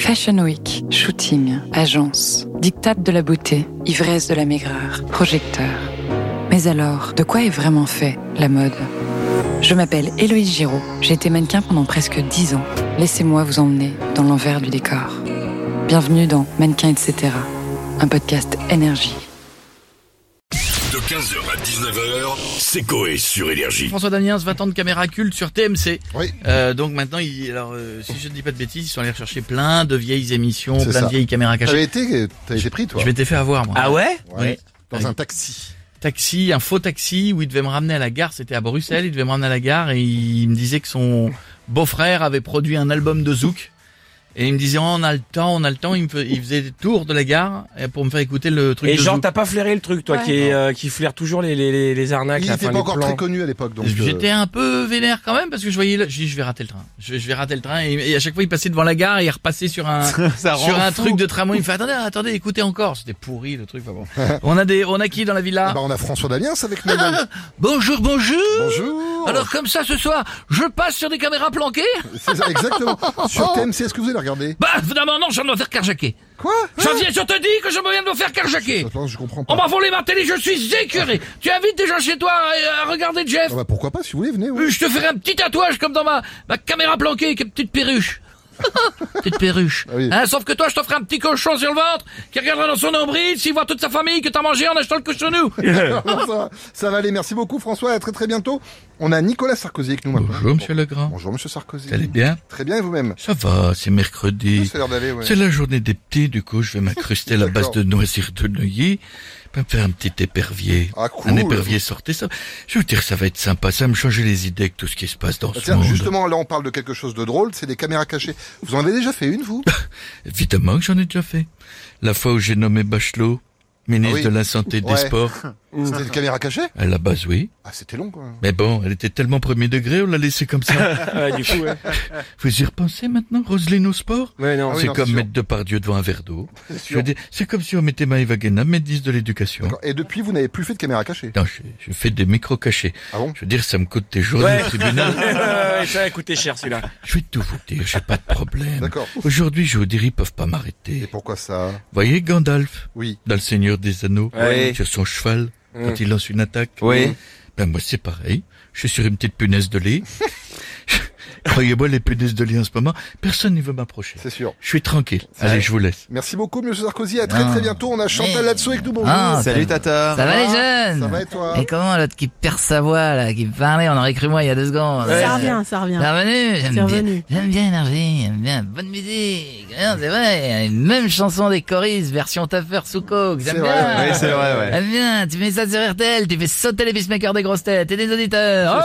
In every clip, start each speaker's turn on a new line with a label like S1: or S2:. S1: Fashion Week, shooting, agence, dictate de la beauté, ivresse de la maigreur, projecteur. Mais alors, de quoi est vraiment fait la mode Je m'appelle Héloïse Giraud, j'ai été mannequin pendant presque 10 ans. Laissez-moi vous emmener dans l'envers du décor. Bienvenue dans Mannequin etc., un podcast énergie.
S2: De 15h à 19h, c'est Coé sur Énergie.
S3: François Damiens, 20 ans de caméra culte sur TMC.
S4: Oui.
S3: Euh, donc maintenant, il, alors, euh, si je ne dis pas de bêtises, ils sont allés rechercher plein de vieilles émissions,
S4: C'est
S3: plein de
S4: ça.
S3: vieilles caméras
S4: T'avais
S3: cachées.
S4: été, t'avais été pris, toi.
S3: Je m'étais fait avoir, moi.
S5: Ah ouais
S4: Ouais.
S3: Oui.
S4: Dans un taxi.
S3: Taxi, un faux taxi où il devait me ramener à la gare. C'était à Bruxelles. Il devait me ramener à la gare et il me disait que son beau-frère avait produit un album de Zouk. Et il me disait, Oh, on a le temps, on a le temps. Il, me fais- il faisait le tour de la gare euh, pour me faire écouter le truc
S5: Et
S3: de
S5: genre
S3: Zouk.
S5: t'as pas flairé le truc toi
S1: Ouais.
S5: qui est, euh, qui flaire toujours les les les, les arnaques
S4: Il
S5: la
S4: était
S5: fin
S4: pas
S5: des
S4: encore
S5: plans.
S4: très connu à l'époque, donc. euh,
S3: J'étais un peu vénère quand même parce que je voyais, le- je dis, je vais rater le train. Je, je vais rater le train. Et, et à chaque fois, il passait devant la gare et il repassait sur un,
S5: Ça
S3: sur
S5: rend
S3: un
S5: fou.
S3: truc de tramway. Il me fait attendez, attendez, écoutez encore. C'était pourri le truc. Enfin bon. on a des, on a qui dans la villa Ah,
S4: bah, on a François Damiens avec nous. donc.
S3: Bonjour, bonjour.
S4: Bonjour.
S3: Alors comme ça ce soir, je passe sur des caméras planquées.
S4: C'est ça, exactement.
S3: Oh.
S4: Sur TMC, est-ce que vous allez regarder
S3: Bah finalement non, je viens de me faire carjacker.
S4: Quoi
S3: Je viens, je te dis que je me viens de me faire carjacker.
S4: Attends, je comprends
S3: On
S4: pas.
S3: m'a volé ma télé, je suis écœuré. tu invites des gens chez toi à, à regarder Jeff.
S4: Ah bah, pourquoi pas, si vous voulez, venez. ouais.
S3: Je te ferai un petit tatouage comme dans ma, ma caméra planquée avec une petite perruche. petite perruche.
S4: Ah oui.
S3: Hein, sauf que toi, je te ferai un petit cochon sur le ventre qui regardera dans son nombril s'il voit toute sa famille que t'as mangé en achetant le cochonou.
S4: Bon, ça, va, ça va aller. Merci beaucoup, François. À très très bientôt. On a Nicolas Sarkozy avec nous maintenant.
S3: Bonjour, monsieur Legrand.
S4: Bonjour, monsieur Sarkozy.
S3: Vous allez bien
S4: Très bien, et vous-même
S3: Ça va, c'est mercredi.
S4: Ça a l'air d'aller, ouais.
S3: C'est la journée des petits, du coup, je vais m'incruster à la base
S4: D'accord.
S3: de noisir de Neuilly, puis me faire un petit épervier.
S4: Ah, cool.
S3: Un épervier sortez ça. Je veux dire, ça va être sympa, ça va me changer les idées avec tout ce qui se passe dans
S4: Bah,
S3: ce
S4: Tiens,
S3: monde.
S4: justement, là, on parle de quelque chose de drôle, c'est des caméras cachées. Vous en avez déjà fait une, vous
S3: Évidemment que j'en ai déjà fait. La fois où j'ai nommé Bachelot, ministre
S4: Ah oui.
S3: de la Santé et des
S4: Ouais.
S3: Sports,
S4: C'était des caméras cachées
S3: à la base, oui.
S4: Ah, c'était long, quoi.
S3: Mais bon, elle était tellement premier degré, on l'a laissée comme ça.
S5: Ouais, du coup ouais.
S3: Vous y repensez maintenant, Roselyne au sport
S5: Ouais, non.
S4: Ah oui,
S3: C'est
S4: non,
S3: comme
S4: c'est sûr.
S3: mettre Depardieu devant un verre d'eau.
S4: C'est
S3: Je veux
S4: sûr.
S3: dire, C'est comme si on mettait Maëva Guéna, ministre de l'Éducation.
S4: D'accord. Et depuis, vous n'avez plus fait de caméras cachées.
S3: Non, je, je fais des micros cachés.
S4: Ah bon
S3: Je veux dire, ça me coûte des journées
S5: Ouais.
S3: au tribunal.
S5: Ouais, ça a coûté cher celui-là.
S3: Je vais tout vous dire, j'ai pas de problème.
S4: D'accord.
S3: Aujourd'hui, je vous dirais, ils peuvent pas
S4: Et
S3: m'arrêter.
S4: pourquoi ça
S3: Voyez Gandalf,
S4: Oui.
S3: dans le Seigneur des Anneaux,
S5: Ouais.
S3: sur son cheval,
S4: Mmh.
S3: quand il lance une attaque.
S5: Oui.
S3: Ben moi, c'est pareil. Je suis sur une petite punaise de lit. Croyez-moi, les punaises de lit en ce moment, personne ne veut m'approcher.
S4: C'est sûr.
S3: Je suis tranquille. Allez, je vous laisse.
S4: Merci beaucoup, monsieur Sarkozy. À très
S6: Ah.
S4: très bientôt. On a Chantal
S6: Mais-
S4: là-dessous avec nous. Bonjour.
S6: Salut Tata Ça va les jeunes
S4: Ah,
S6: Eh,
S4: Ça va et toi
S6: Et comment l'autre qui perd sa voix là, qui parlait, on aurait cru moi il y a deux secondes.
S7: Ça revient, ça revient.
S6: Bienvenue,
S7: C'est
S6: j'aime bien,
S7: revenu.
S6: j'aime bien l'énergie, j'aime bien la bonne musique, Hein, c'est vrai, une même chanson des choristes, version taffeur sous coke,
S4: C'est
S6: j'aime
S4: vrai.
S6: bien.
S4: Oui, c'est vrai,
S6: ouais. J'aime bien, Ah, tu mets ça sur RTL, tu fais sauter les pacemakers des grosses têtes et des auditeurs.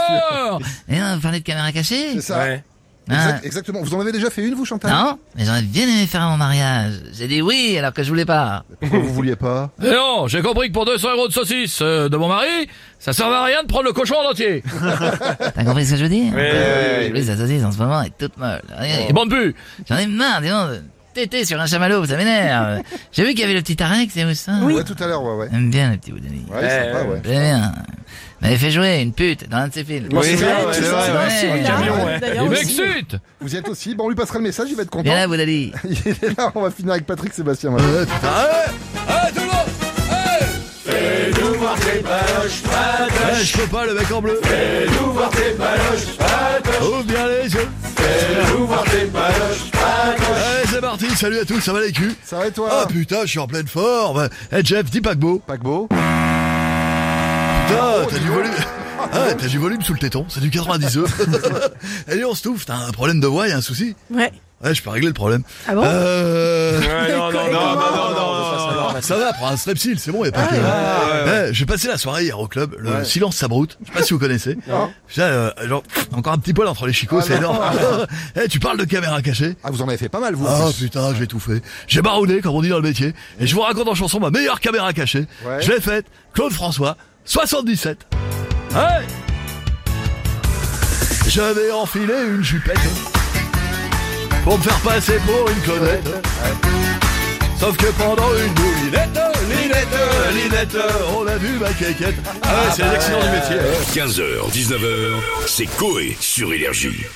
S6: Oh et on parlait de caméra cachée
S4: C'est ça.
S5: Ouais.
S4: Exact- exactement. Vous en avez déjà fait une, vous, Chantal
S6: Ah. Non, mais j'aurais bien aimé faire à mon mariage. J'ai dit oui alors que je voulais pas.
S4: Pourquoi vous vouliez pas
S3: Et Eh non, j'ai compris que pour 200 euros de saucisse euh, de mon mari, ça servait à rien de prendre le cochon en entier.
S6: T'as compris ce que je veux dire Euh,
S5: Ouais, ouais, ouais.
S6: En plus, la saucisse en ce moment est toute molle. Regardez,
S3: Bande pu.
S6: J'en ai marre, dis donc, de téter sur un chamallow, ça m'énerve. J'ai vu qu'il y avait le petit Tarex, c'est où ça
S4: Ouais, tout à l'heure, ouais, ouais.
S6: J'aime bien le petit Woodley.
S4: Ouais, c'est
S5: Ouais,
S4: sympa,
S5: Eh, ouais.
S4: ouais.
S6: J'aime bien. Il m'avait fait jouer une pute dans un de ses films.
S5: Oui, c'est vrai,
S7: Ouais,
S5: c'est
S7: tu
S5: vrai,
S7: sais,
S6: ouais.
S7: celui-là,
S4: Camion, ouais.
S7: d'ailleurs,
S3: Il
S7: aussi.
S3: m'excite.
S4: Vous y êtes aussi. Bon, on lui passera le message, il va être content.
S6: Viens là, Ah. Woodley.
S4: Il est là, on va finir avec Patrick Sébastien. maintenant.
S3: je peux pas le mec en bleu. Fais-nous voir tes paloches, paloches. Ouvre bien les yeux. Fais-nous voir tes paloches, paloches. Allez, c'est parti. Salut à tous, ça va les culs.
S4: Ça va et
S3: Ah
S4: toi
S3: putain, je suis en pleine forme. Eh Jeff, dis paquebot.
S4: Paquebot Oh,
S3: Putain, t'as du volume. Ah, t'as du volume sous le téton, c'est du 90 œufs. Allez, on se touffe, t'as un problème de voix, y a un souci
S7: Ouais.
S3: Ouais, je peux régler le problème.
S7: Ah bon
S3: Euh...
S5: Ouais, non, non, non, non, non, non, non.
S3: Ah, bah, Ça va, prends un strepsil, c'est bon, y a pas que. Eh, J'ai passé la soirée hier au club, le silence s'abroute, je sais pas si vous connaissez. Ça, euh, genre, encore un petit poil entre les chicots, c'est énorme. Eh, tu parles de caméra cachée
S4: Ah, vous en avez fait pas mal, vous. en
S3: ah
S4: plus.
S3: putain, j'ai tout fait. J'ai baroudé, comme on dit dans le métier, et je vous raconte en chanson ma meilleure caméra cachée.
S4: Ouais.
S3: Je l'ai faite, Claude François, 77. Ouais. J'avais enfilé une jupette pour me faire passer pour une connette. Sauf que pendant une boulinette, linette, linette, on a vu ma quéquette.
S4: Ah bah
S3: Ah, ouais, c'est l'accident du métier.
S2: 15h, 19h, c'est Coé sur Énergie.